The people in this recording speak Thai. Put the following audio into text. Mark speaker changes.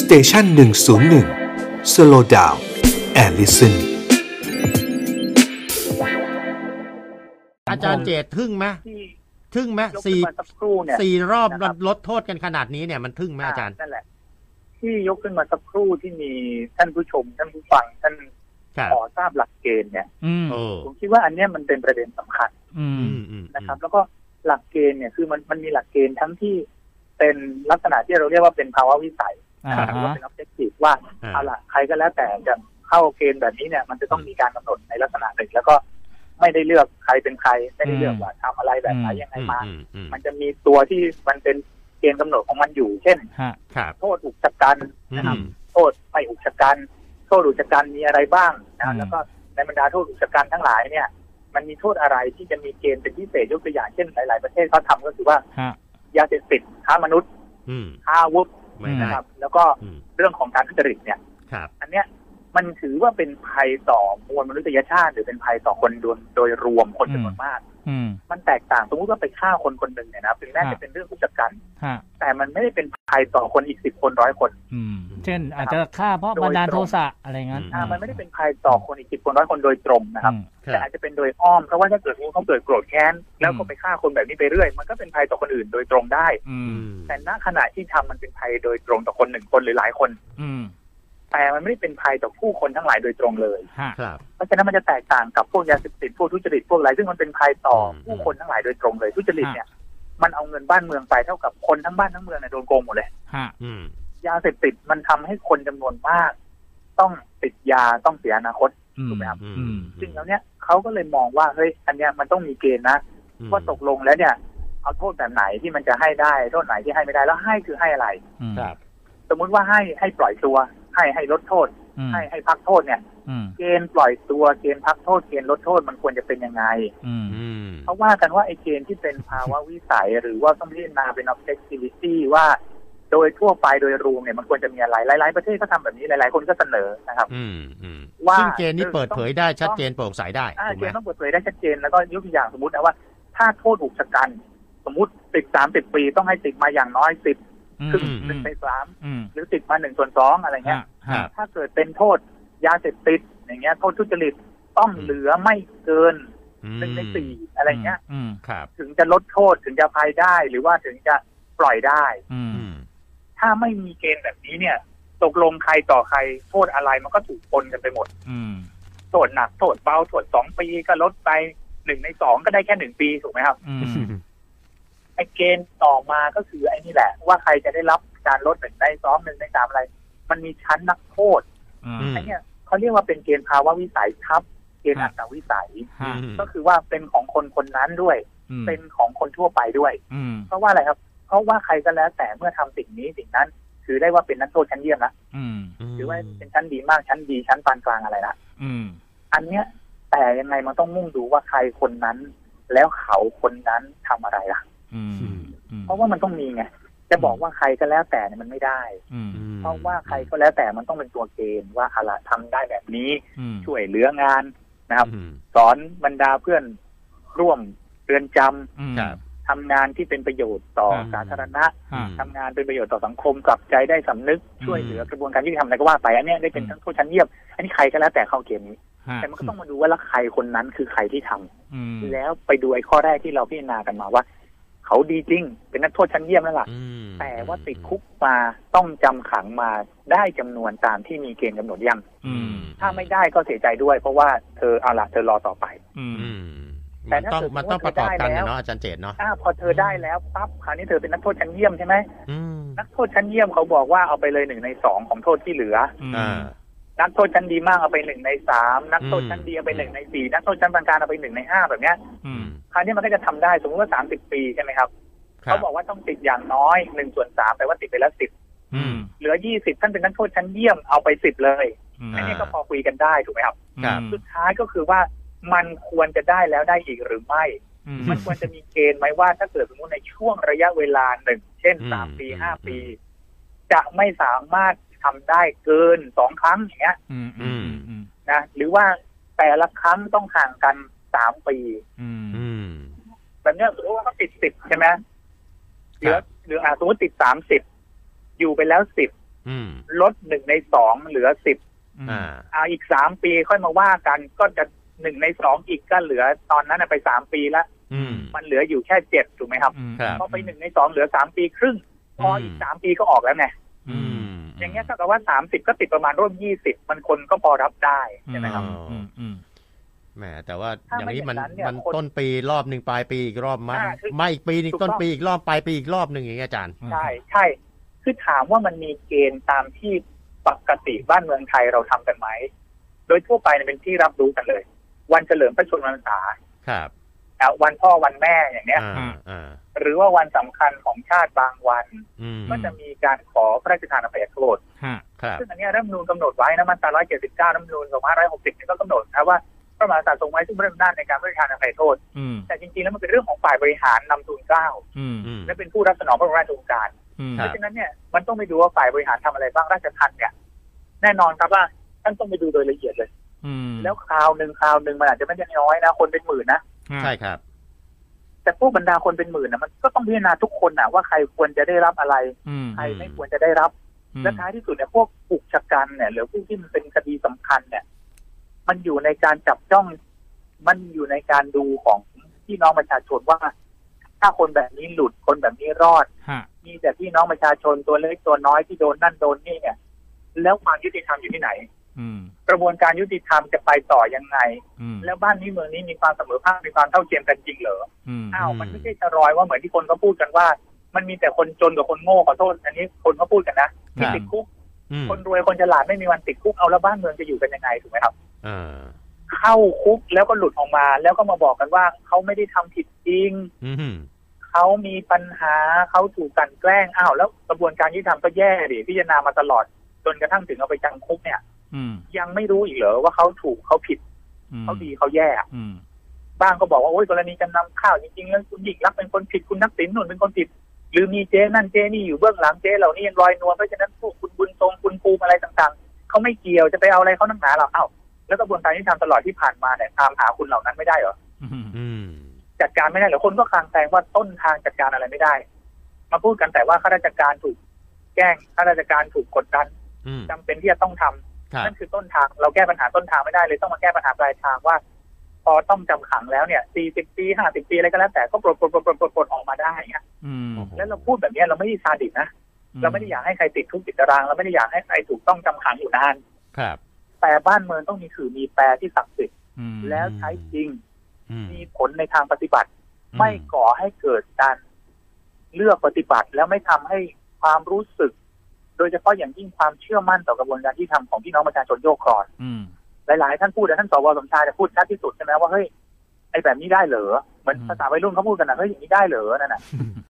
Speaker 1: สเตชันหนึ่งศูนย์หนึ่งสโลดาวแอลลิสัน
Speaker 2: อาจารย์เจตทึ่งไหม
Speaker 3: ที่
Speaker 2: ทึ่งไหม
Speaker 3: ยกขึ้น
Speaker 2: สี่
Speaker 3: มาสักครู่เนี่ย
Speaker 2: สี่รอบ
Speaker 3: นะครับ
Speaker 2: ลดโทษกันขนาดนี้เนี่ยมันทึ่งไหมอาจารย์
Speaker 3: นั่นแหละ ที่ยกขึ้นมาสักครู่ที่มีท่านผู้ชม ท่านผู้ฟังท่าน
Speaker 2: ครับ
Speaker 3: ขอทราบหลักเกณฑ์เนี่ย
Speaker 4: อืม
Speaker 2: เออ
Speaker 3: ผมคิดว่าอันเนี้ยมันเป็นประเด็นสำคัญ
Speaker 4: อื
Speaker 2: อื
Speaker 4: ม
Speaker 2: มอืม
Speaker 3: นะครับ แล้วก็หลักเกณฑ์เนี่ยคือมันมันมีหลักเกณฑ์ทั้งที่เป็นลักษณะที่เราเรียกว่าเป็นภาวะวิสัย
Speaker 4: อ่า
Speaker 3: หรือว่า
Speaker 4: ฮะ
Speaker 3: เป็น objective ว่า
Speaker 2: อ่า
Speaker 3: เอาละใครก็แล้วแต่จะเข้าเกณฑ์แบบนี้เนี่ย มันจะต้องมีการกำหนดในลักษณะหนึ่งแล้วก็ไม่ได้เลือกใครเป็นใคร ไม่ได้เลือกว่าทำอะไรแบบไหนยังไง
Speaker 2: อืม
Speaker 3: มา
Speaker 2: อืมอืม
Speaker 3: มันจะมีตัวที่มันเป็นเกณฑ์กำหนดของมันอยู่ เช่น
Speaker 4: ฮะ
Speaker 2: ครับ
Speaker 3: โทษอุกชะกัน
Speaker 2: อื
Speaker 3: นะครับ
Speaker 2: ม
Speaker 3: โทษไม่อุกชะกัน โทษอุกชะกันมีอะไรบ้าง
Speaker 4: อื
Speaker 3: นะ
Speaker 4: ม
Speaker 3: แล้วก็ในบรรดาโทษอุกชะกันทั้งหลายเนี่ย มันมีโทษอะไรที่จะมีเกณฑ์เป็นพิเศษยกตัวอย่างเช่นหลาย ๆ ประเทศเขาทำก็คือว่า
Speaker 4: ฮะ
Speaker 3: ยาเสพติดค้ามนุษย์
Speaker 2: อืม
Speaker 3: ค้าอาวุธ
Speaker 2: ไม่
Speaker 4: ใช่
Speaker 2: ได้
Speaker 3: นะครับ แล้วก็
Speaker 2: อืม
Speaker 3: เรื่องของการทุจริตเนี่ย
Speaker 2: ครับ
Speaker 3: อันเนี้ยมันถือว่าเป็นภัยต่อมวลมนุษยชาติ หรือเป็นภัยต่อคนโดยโดยรวมคนจำนวนมาก
Speaker 4: อืม
Speaker 3: มันแตกต่างสมมติว่าไปฆ่าคนคนหนึ่งเนี่ยนะถึงแม้
Speaker 4: ครับ
Speaker 3: จะเป็นเรื่องอุกชะกัน
Speaker 4: ฮะ
Speaker 3: แต่มันไม่ได้เป็นภัยต่อคนอีกสิบคนร้อยคน
Speaker 4: อืม เช่น อาจจะฆ่าเพราะบันดาลโทสะอะไรงั้น
Speaker 3: อ่ามันไม่ได้เป็นภัยต่อคนอีกสิบคนร้อยคนโดยตรงนะครับ
Speaker 4: อืม
Speaker 2: ครั
Speaker 3: แต่
Speaker 2: บ
Speaker 3: อาจจะเป็นโดยอ้อมเพราะว่าถ้าเกิดรู้เขาเกิดโกรธแค้นแล้วก็
Speaker 4: อืม
Speaker 3: ไปฆ่าคนแบบนี้ไปเรื่อย มันก็เป็นภัยต่อคนอื่นโดยตรงได้
Speaker 4: อื
Speaker 2: อื
Speaker 4: ม
Speaker 2: ม
Speaker 3: แต่ณขณะที่ทำมันเป็นภัยโดยตรงต่อคนหนึ่งคนหรือหลายคน
Speaker 4: อืม
Speaker 3: แต่มันไม่ได้เป็นภัยต่อผู้คนทั้งหลายโดยตรงเลย
Speaker 4: ฮะ
Speaker 2: ครับ
Speaker 3: เพราะฉะนั้นมันจะแตกต่างกับพวกยาเสพติดพวกทุจริตพวกอะไรซึ่งมันเป็นภัยต่ออ
Speaker 2: ม
Speaker 3: ผู้คนทั้งหลายโดยตรงเลยทุจริต
Speaker 4: อ่ะ
Speaker 3: เนี่ยมันเอาเงินบ้านเมืองไปเท่ากับคนทั้งบ้านทั้งเมืองเนี่ยโดนโกงหมดเลย
Speaker 4: ฮะ
Speaker 2: อืม
Speaker 3: ยาเสพติดมันทำให้คนจำนวนมาก ต้องติดยาต้องเสียอนาคต
Speaker 4: อืม
Speaker 3: ถูกไหมครับ
Speaker 2: อืม
Speaker 4: อืม
Speaker 3: ซึ่งแล้วเนี่ยเขาก็เลยมองว่าเฮ้ยอันเนี้ยมันต้องมีเกณฑ์นะ
Speaker 2: อืม
Speaker 3: ว่าตกลงแล้วเนี่ย เอาโทษแบบไหนที่มันจะให้ได้โทษไหนที่ให้ไม่ได้แล้วให้คือให้อะไร
Speaker 4: อืม
Speaker 2: ครับ
Speaker 3: สมมุติว่าให้ให้ปล่อยตัว ให้ให้ลดโทษ
Speaker 4: อืม
Speaker 3: ให้ให้พักโทษเนี่ย
Speaker 4: อืม
Speaker 3: เกณฑ์ปล่อยตัวเกณฑ์พักโทษเกณฑ์ลดโทษมันควรจะเป็นยังไง
Speaker 4: อืม
Speaker 2: อืม
Speaker 3: เขาว่ากันว่าไอ้เกณฑ์ที่เป็นภาวะวิสัย หรือว่าต้องพิจารณาเป็น objectivity ว่า โดยทั่วไปโดยรวมเนี่ยมันควรจะมีอะไรหลาย ๆ ประเทศก็ทำแบบนี้หลาย ๆ คนก็เสนอนะครับ
Speaker 2: อืมอืม
Speaker 3: ว่า
Speaker 2: ซึ่งเจนนี่เปิดเผยได้ชัดเจนโปร่งใสได้
Speaker 3: อ่า
Speaker 2: ถูก
Speaker 3: เก
Speaker 2: ไหม
Speaker 3: ณฑ์ต้องเปิดเผยได้ชัดเจนแล้วก็ยกตัวอย่างสมมตินะว่า ถ้าโทษอุกชะกันสมมติติดสามสิบปีต้องให้ติดมาอย่างน้อยสิบ ครึ่งหนึ่งในสาม
Speaker 4: อืม
Speaker 3: หรือติดมาหนึ่งส่วนสองอะไรเงี้
Speaker 4: ฮะ
Speaker 3: ย
Speaker 4: ฮะ
Speaker 3: ถ้าเกิดเป็นโทษยาเสพติดอย่างเงี้ยโทษทุจริตต้องเหลือไม่เกินหนึ่งในสี่อะไรเงี้ย
Speaker 4: อืม
Speaker 2: ครับ
Speaker 3: ถึงจะลดโทษถึงจะภัยได้หรือว่าถึงจะปล่อยได้
Speaker 4: อืม
Speaker 2: อืม
Speaker 3: ถ้าไม่มีเกณฑ์แบบนี้เนี่ย ตกลงใครต่อใครโทษอะไรมันก็ถูกปนกันไปหมด
Speaker 4: อืม
Speaker 3: โทษหนักโทษเบาโทษสองปีก็ลดไปหนึ่งในสองก็ได้แค่หนึ่งปีถูกไหมครับ
Speaker 4: อืม
Speaker 3: ไอ้เกณฑ์ต่อมาก็คือไอ้นี่แหละ ว่าใครจะได้รับการลดหนึ่งในสองหนึ่งในสามอะไร มันมีชั้นนักโทษ
Speaker 4: อืม
Speaker 3: อันเนี้ยเขาเรียกว่าเป็นเกณฑ์ภาวะวิสัยครับ เกณฑ์
Speaker 4: ครั
Speaker 3: อั
Speaker 4: บ
Speaker 3: ตวิสัย
Speaker 4: ฮะ
Speaker 2: อืม
Speaker 3: ก็คือว่าเป็นของคนคนนั้นด้วย
Speaker 4: อืม
Speaker 3: เป็นของคนทั่วไปด้วย
Speaker 4: อืม
Speaker 3: เพราะว่าอะไรครับ เพราะว่าใครก็แล้วแต่เมื่อทำสิ่งนี้สิ่งนั้น ถือได้ว่าเป็นนักโทษชั้นเยี่ยมละ
Speaker 4: อืม
Speaker 3: ถือว่าเป็นชั้นดีมากชั้นดีชั้นปานกลางอะไรละ
Speaker 4: อืม
Speaker 3: อันเนี้ยแต่ยังไงมันต้องมุ่งดูว่าใครคนนั้น แล้วเขาคนนั้นทำอะไรล่ะ
Speaker 4: อืม อืม
Speaker 3: เพราะว่ามันต้องมีไงจะบอกว่าใครก็แล้วแต่เนี่ยมันไม่ได้
Speaker 4: อืม
Speaker 2: อืม
Speaker 3: เพราะว่าใครก็แล้วแต่มันต้องเป็นตัวเกณฑ์ว่าเอาละทำได้แบบนี้
Speaker 4: อืม
Speaker 3: ช่วยเหลืองานนะครับ
Speaker 2: อืม
Speaker 3: สอนบรรดาเพื่อนร่วมเรือนจำ
Speaker 2: ครับ
Speaker 3: ทำงานที่เป็นประโยชน์ต่อ
Speaker 4: ครับ
Speaker 3: สาธารณะ
Speaker 4: ฮะ
Speaker 3: ทำงานเป็นประโยชน์ต่อสังคมกลับใจได้สำนึก
Speaker 4: อืม
Speaker 3: ช่วยเหลือกระบวนการยุติธรรมอะไรก็ว่าไปอันเนี้ยได้เป็นทั้งโทษชั้นเยี่ยมอันนี้ใครก็แล้วแต่เข้าเกณฑ์นี้
Speaker 4: ฮะ
Speaker 3: แต่มันก็ต้องมาดูว่าแล้วใครคนนั้นคือใครที่ทำ
Speaker 4: อืม
Speaker 3: แล้วไปดูไอ้ข้อแรกที่เราพิจารณากันมาว่า เขาดีจริง เป็นนักโทษชั้นเยี่ยมแล้วล่ะ
Speaker 2: อืม
Speaker 3: แต่ว่าติดคุกมาต้องจำขังมาได้จำนวนตามที่มีเกณฑ์กำหนดยัง
Speaker 4: อืม
Speaker 3: ถ้าไม่ได้ก็เสียใจด้วย เพราะว่าเธอเอาละเธอรอต่อไป
Speaker 4: อืม
Speaker 2: อืม
Speaker 3: แต่
Speaker 2: มัน
Speaker 3: ถ้า
Speaker 2: ต้อง
Speaker 3: เกิด
Speaker 2: มันต้องประกอบกันนะ
Speaker 3: ได้แล้ว
Speaker 2: เนาะอาจารย์เจตเนาะ
Speaker 3: ถ้าพอเธอได้แล้วปั๊บคราวนี้เธอเป็นนักโทษชั้นเยี่ยมใช่ไหม
Speaker 2: อืม
Speaker 3: นักโทษชั้นเยี่ยมเขาบอกว่าเอาไปเลยหนึ่งในสองของโทษที่เหลือ
Speaker 2: อ่า
Speaker 3: นักโทษชั้นดีมากเอาไปหนึ่งในสามนักโทษชั้นดี
Speaker 2: อืม
Speaker 3: เอาไปหนึ่งในสี่นักโทษชั้นปานกลางเอาไปหนึ่งในห้าแบบเนี้ย
Speaker 4: อืม
Speaker 3: คราวนี้มันก็จะทำได้สมมติว่าสามสิบปีใช่ไหมครับ
Speaker 2: ครั
Speaker 3: เขา
Speaker 2: บ
Speaker 3: บอกว่าต้องติดอย่างน้อยหนึ่งส่วนสามแปลว่าติดไปแล้วสิบ
Speaker 4: อืม
Speaker 3: เหลือยี่สิบท่านเป็นนักโทษชั้นเยี่ยมเอาไปสิบเลย
Speaker 4: อืม
Speaker 3: อันนี้
Speaker 2: า
Speaker 3: ก็พอคุยกันได้ถูกไหมครับ
Speaker 2: ครับ
Speaker 3: สุดท้ายก็คือว่ามันควรจะได้แล้วได้อีกหรือไม่
Speaker 4: อืม
Speaker 3: มันควรจะมีเกณฑ์ไหมว่าถ้าเกิดสมมติในช่วงระยะเวลาหนึ่ง เช่น
Speaker 2: อืม
Speaker 3: สามปี
Speaker 2: อืม
Speaker 3: ห้าปี จะไม่สามารถทำได้เกินสองครั้งอย่างเงี้ย
Speaker 4: อืม อืม อืม
Speaker 3: นะหรือว่าแต่ละครั้งต้องห่างกันสามปี
Speaker 4: อืม
Speaker 2: อืม
Speaker 3: แบบเนี้ยสมมติว่าเขาติดสิบใช่ไหมเหลือเหลืออ่ะสมมติติดสามสิบอยู่ไปแล้วสิบ
Speaker 2: อืม
Speaker 3: ลดหนึ่งในสองเหลือสิบ
Speaker 4: ม
Speaker 2: อ่า
Speaker 3: อ่าอีกสามปีค่อยมาว่ากันก็จะหนึ่งในสองอีกก็เหลือตอนนั้นนะไปสามปีละ
Speaker 2: อืม
Speaker 3: มันเหลืออยู่แค่เจ็ดถูกไหมครับ
Speaker 4: อืม
Speaker 2: ครับ
Speaker 3: พอไปหนึ่งในสองเหลือสามปีครึ่งพออีกสามปีก็ออกแล้วไง
Speaker 4: อื
Speaker 2: อื
Speaker 4: ม
Speaker 2: ม
Speaker 3: อย่างเงี้ยเท่ากับว่าสามสิบก็ติดประมาณร่วมยี่สิบมันคนก็พอรับได้ใช่ไหมครับ
Speaker 4: อืมอืม
Speaker 2: แหมแต่ว่า
Speaker 3: ถ้า
Speaker 2: อย่างนี้มัน
Speaker 3: ไม่อย่างนั้นเนี่ย
Speaker 2: มัน
Speaker 3: คน
Speaker 2: ต้นปีรอบหนึ่งปลายปีอีกรอบมา
Speaker 3: อ่าคือ
Speaker 2: ไม่อีกปีหนึง
Speaker 3: ถูกต้อง
Speaker 2: ต้นปีอีกรอบปลายปีอีกรอบหนึ่งอย่างเงี้ยอาจารย์
Speaker 3: ใช่ใช่คือถามว่ามันมีเกณฑ์ตามที่ปกติบ้านเมืองไทยเราทำกันไหม โดยทั่วไปเนี่ยเป็นที่รับรู้กันเลย วันเฉลิมพระชนมพรรษา
Speaker 2: ครับ
Speaker 3: อ่ะวันพ่อวันแม่อย่างเนี้ย
Speaker 2: อ่า
Speaker 4: อืม
Speaker 2: อ่า
Speaker 3: หรือว่าวันสำคัญของชาติบางวัน
Speaker 2: อืม
Speaker 3: ก็จะมีการขอพระราชทานอภัยโทษ
Speaker 4: ฮะ
Speaker 2: ครับ
Speaker 3: ซึ่งอันเนี้ยรัฐธรรมนูญกำหนดไว้นะมาตรา179รัฐธรรมนูญ2560เนี่ยก็กำหนดนะว่าพระมหากษัตริย์ทรงไว้ซึ่งพระอำนาจในการพระราชทานอภัยโทษ
Speaker 4: อืม
Speaker 3: แต่จริงๆแล้วมันเป็นเรื่องของฝ่ายบริหารนำทูลเกล้า
Speaker 4: อืม
Speaker 2: อืม
Speaker 3: และเป็นผู้รับสนองพระบรมราชโองการ
Speaker 4: อืม
Speaker 2: ค
Speaker 3: เพ
Speaker 2: รับ
Speaker 3: ราะฉะนั้นเนี่ยมันต้องไปดูว่าฝ่ายบริหารทำอะไรบ้างราชทัณฑ์เนี่ย แน่นอนครับว่าท่านต้องไปดูโดยละเอียดเลย
Speaker 4: อืม
Speaker 3: แล้วคราวหนึ่งคราวหนึ่งมันอาจจะไม่ได้น้อยนะคนเป็นหมื่นนะ
Speaker 2: ใช่ครับ
Speaker 3: แต่พวกบรรดาคนเป็นหมื่นนะมันก็ต้องพิจารณาทุกคนนะว่าใครควรจะได้รับอะไร
Speaker 4: อืม
Speaker 3: ใครไม่ควรจะได้รับ
Speaker 4: อืม
Speaker 3: และท้ายที่สุดเนี่ยพวกผูกชะกันเนี่ยหรือผู้ที่มันเป็นคดีสำคัญเนี่ย มันอยู่ในการจับจ้อง มันอยู่ในการดูของพี่น้องประชาชนว่า ถ้าคนแบบนี้หลุดคนแบบนี้รอด
Speaker 4: ฮะ
Speaker 3: มีแต่พี่น้องประชาชนตัวเล็กตัวน้อยที่โดนนั่นโดนนี่เนี่ย แล้วความยุติธรรมอยู่ที่ไหน
Speaker 4: อืม
Speaker 3: กระบวนการยุติธรรมจะไปต่อยังไง
Speaker 4: อืม
Speaker 3: แล้วบ้านนี้เมืองนี้มีความเสมอภาคมีความเท่าเทียมกันจริงเหรอ
Speaker 4: อืม
Speaker 3: อ้าวมันไม่ใช่จะรอยว่าเหมือนที่คนเขาพูดกันว่า มันมีแต่คนจนกับคนโง่ขอโทษอันนี้คนเขาพูดกันนะ
Speaker 2: ค
Speaker 3: มี
Speaker 2: รับ
Speaker 3: ติดคุก
Speaker 2: อืม
Speaker 3: คนรวยคนฉลาดไม่มีวันติดคุกเอาแล้วบ้านเมืองจะอยู่กันยังไงถูกไหมครับ
Speaker 2: เออ
Speaker 3: เข้าคุกแล้วก็หลุดออกมา แล้วก็มาบอกกันว่าเขาไม่ได้ทำผิดจริง
Speaker 2: อืม
Speaker 3: เขามีปัญหาเขาถูกกลันแกล้งอ้าวแล้วกระบวนการยุติธรรมก็แย่ดิพิจารณามาตลอด จนกระทั่งถึงเอาไปจังคุกเนี่ย
Speaker 4: อืม
Speaker 3: ยังไม่รู้อีกเหรอว่าเขาถูกเขาผิด
Speaker 4: อืม
Speaker 3: เขาดีเขาแย่
Speaker 4: อืม
Speaker 3: บ้างก็บอกว่าโอ้ยกรณีจำนำข้าวจริงๆแล้วคุณหญิงรักษณ์เป็นคนผิดคุณนักสินนุ่นเป็นคนผิด หรือมีเจ๊นั่นเจ๊นี่อยู่เบื้องหลังเจ๊เหล่านี้ยังลอยนวลเพราะฉะนั้นพวกคุณบุญทรงคุณภูมิอะไรต่างๆเขาไม่เกี่ยวจะไปเอาอะไรเขานักหนาหรอกเอ้าแล้วกระบวนการยุติธรรมตลอดที่ผ่านมาเนี่ยตามหาคุณเหล่านั้นไม่ได้เหรอ
Speaker 4: อืม
Speaker 2: อืม
Speaker 3: จัดการไม่ได้เหรอคนก็คลางแคลงว่าต้นทางจัดการอะไรไม่ได้ มาพูดกันแต่ว่าข้าราชการถูกแกล้งข้าราชการถูกกดดัน
Speaker 2: อืม
Speaker 3: จำเป็นที่จะต้องทำ
Speaker 2: ครับ
Speaker 3: นั่นคือต้นทางเราแก้ปัญหาต้นทางไม่ได้เลยต้องมาแก้ปัญหาปลายทางว่า พอต้องจำขังแล้วเนี่ยสี่สิบปีห้าสิบปีอะไรก็แล้วแต่ก็ปลดปลดปลดปลดปลดปลดออกมาได้อะ
Speaker 4: อืม
Speaker 2: โอ้โห
Speaker 3: แล้วเราพูดแบบเนี้ยเราไม่ได้ซาดิสนะเราไม่ได้อยากให้ใครติดคุกติดตารางเราไม่ได้อยากให้ใครถูกต้องจำขังอยู่นาน
Speaker 2: ครับ
Speaker 3: แต่บ้านเมืองต้องมีสื่อมีแปรที่ศักดิ์สิทธิ์
Speaker 4: อืม
Speaker 3: แล้วใช้จริง
Speaker 2: อืม
Speaker 3: มีผลในทางปฏิบัติ ไม่ก่อให้เกิดการเลือกปฏิบัติ แล้วไม่ทำให้ความรู้สึก โดยเฉพาะอย่างยิ่งความเชื่อมั่นต่อกระบวนการที่ทำของพี่น้องประชาชนโยกคลอน
Speaker 4: อืม
Speaker 3: หลายๆท่านพูดนะท่านสวสมชายเนี่ยพูดชัดที่สุดใช่ไหมว่าเฮ้ยไอ้แบบนี้ได้เหรอเหมือน
Speaker 4: อืม
Speaker 3: ภาษาวัยรุ่นเขาพูดกันนะเฮ้ยอย่างนี้ได้เหรอนั่นน่ะ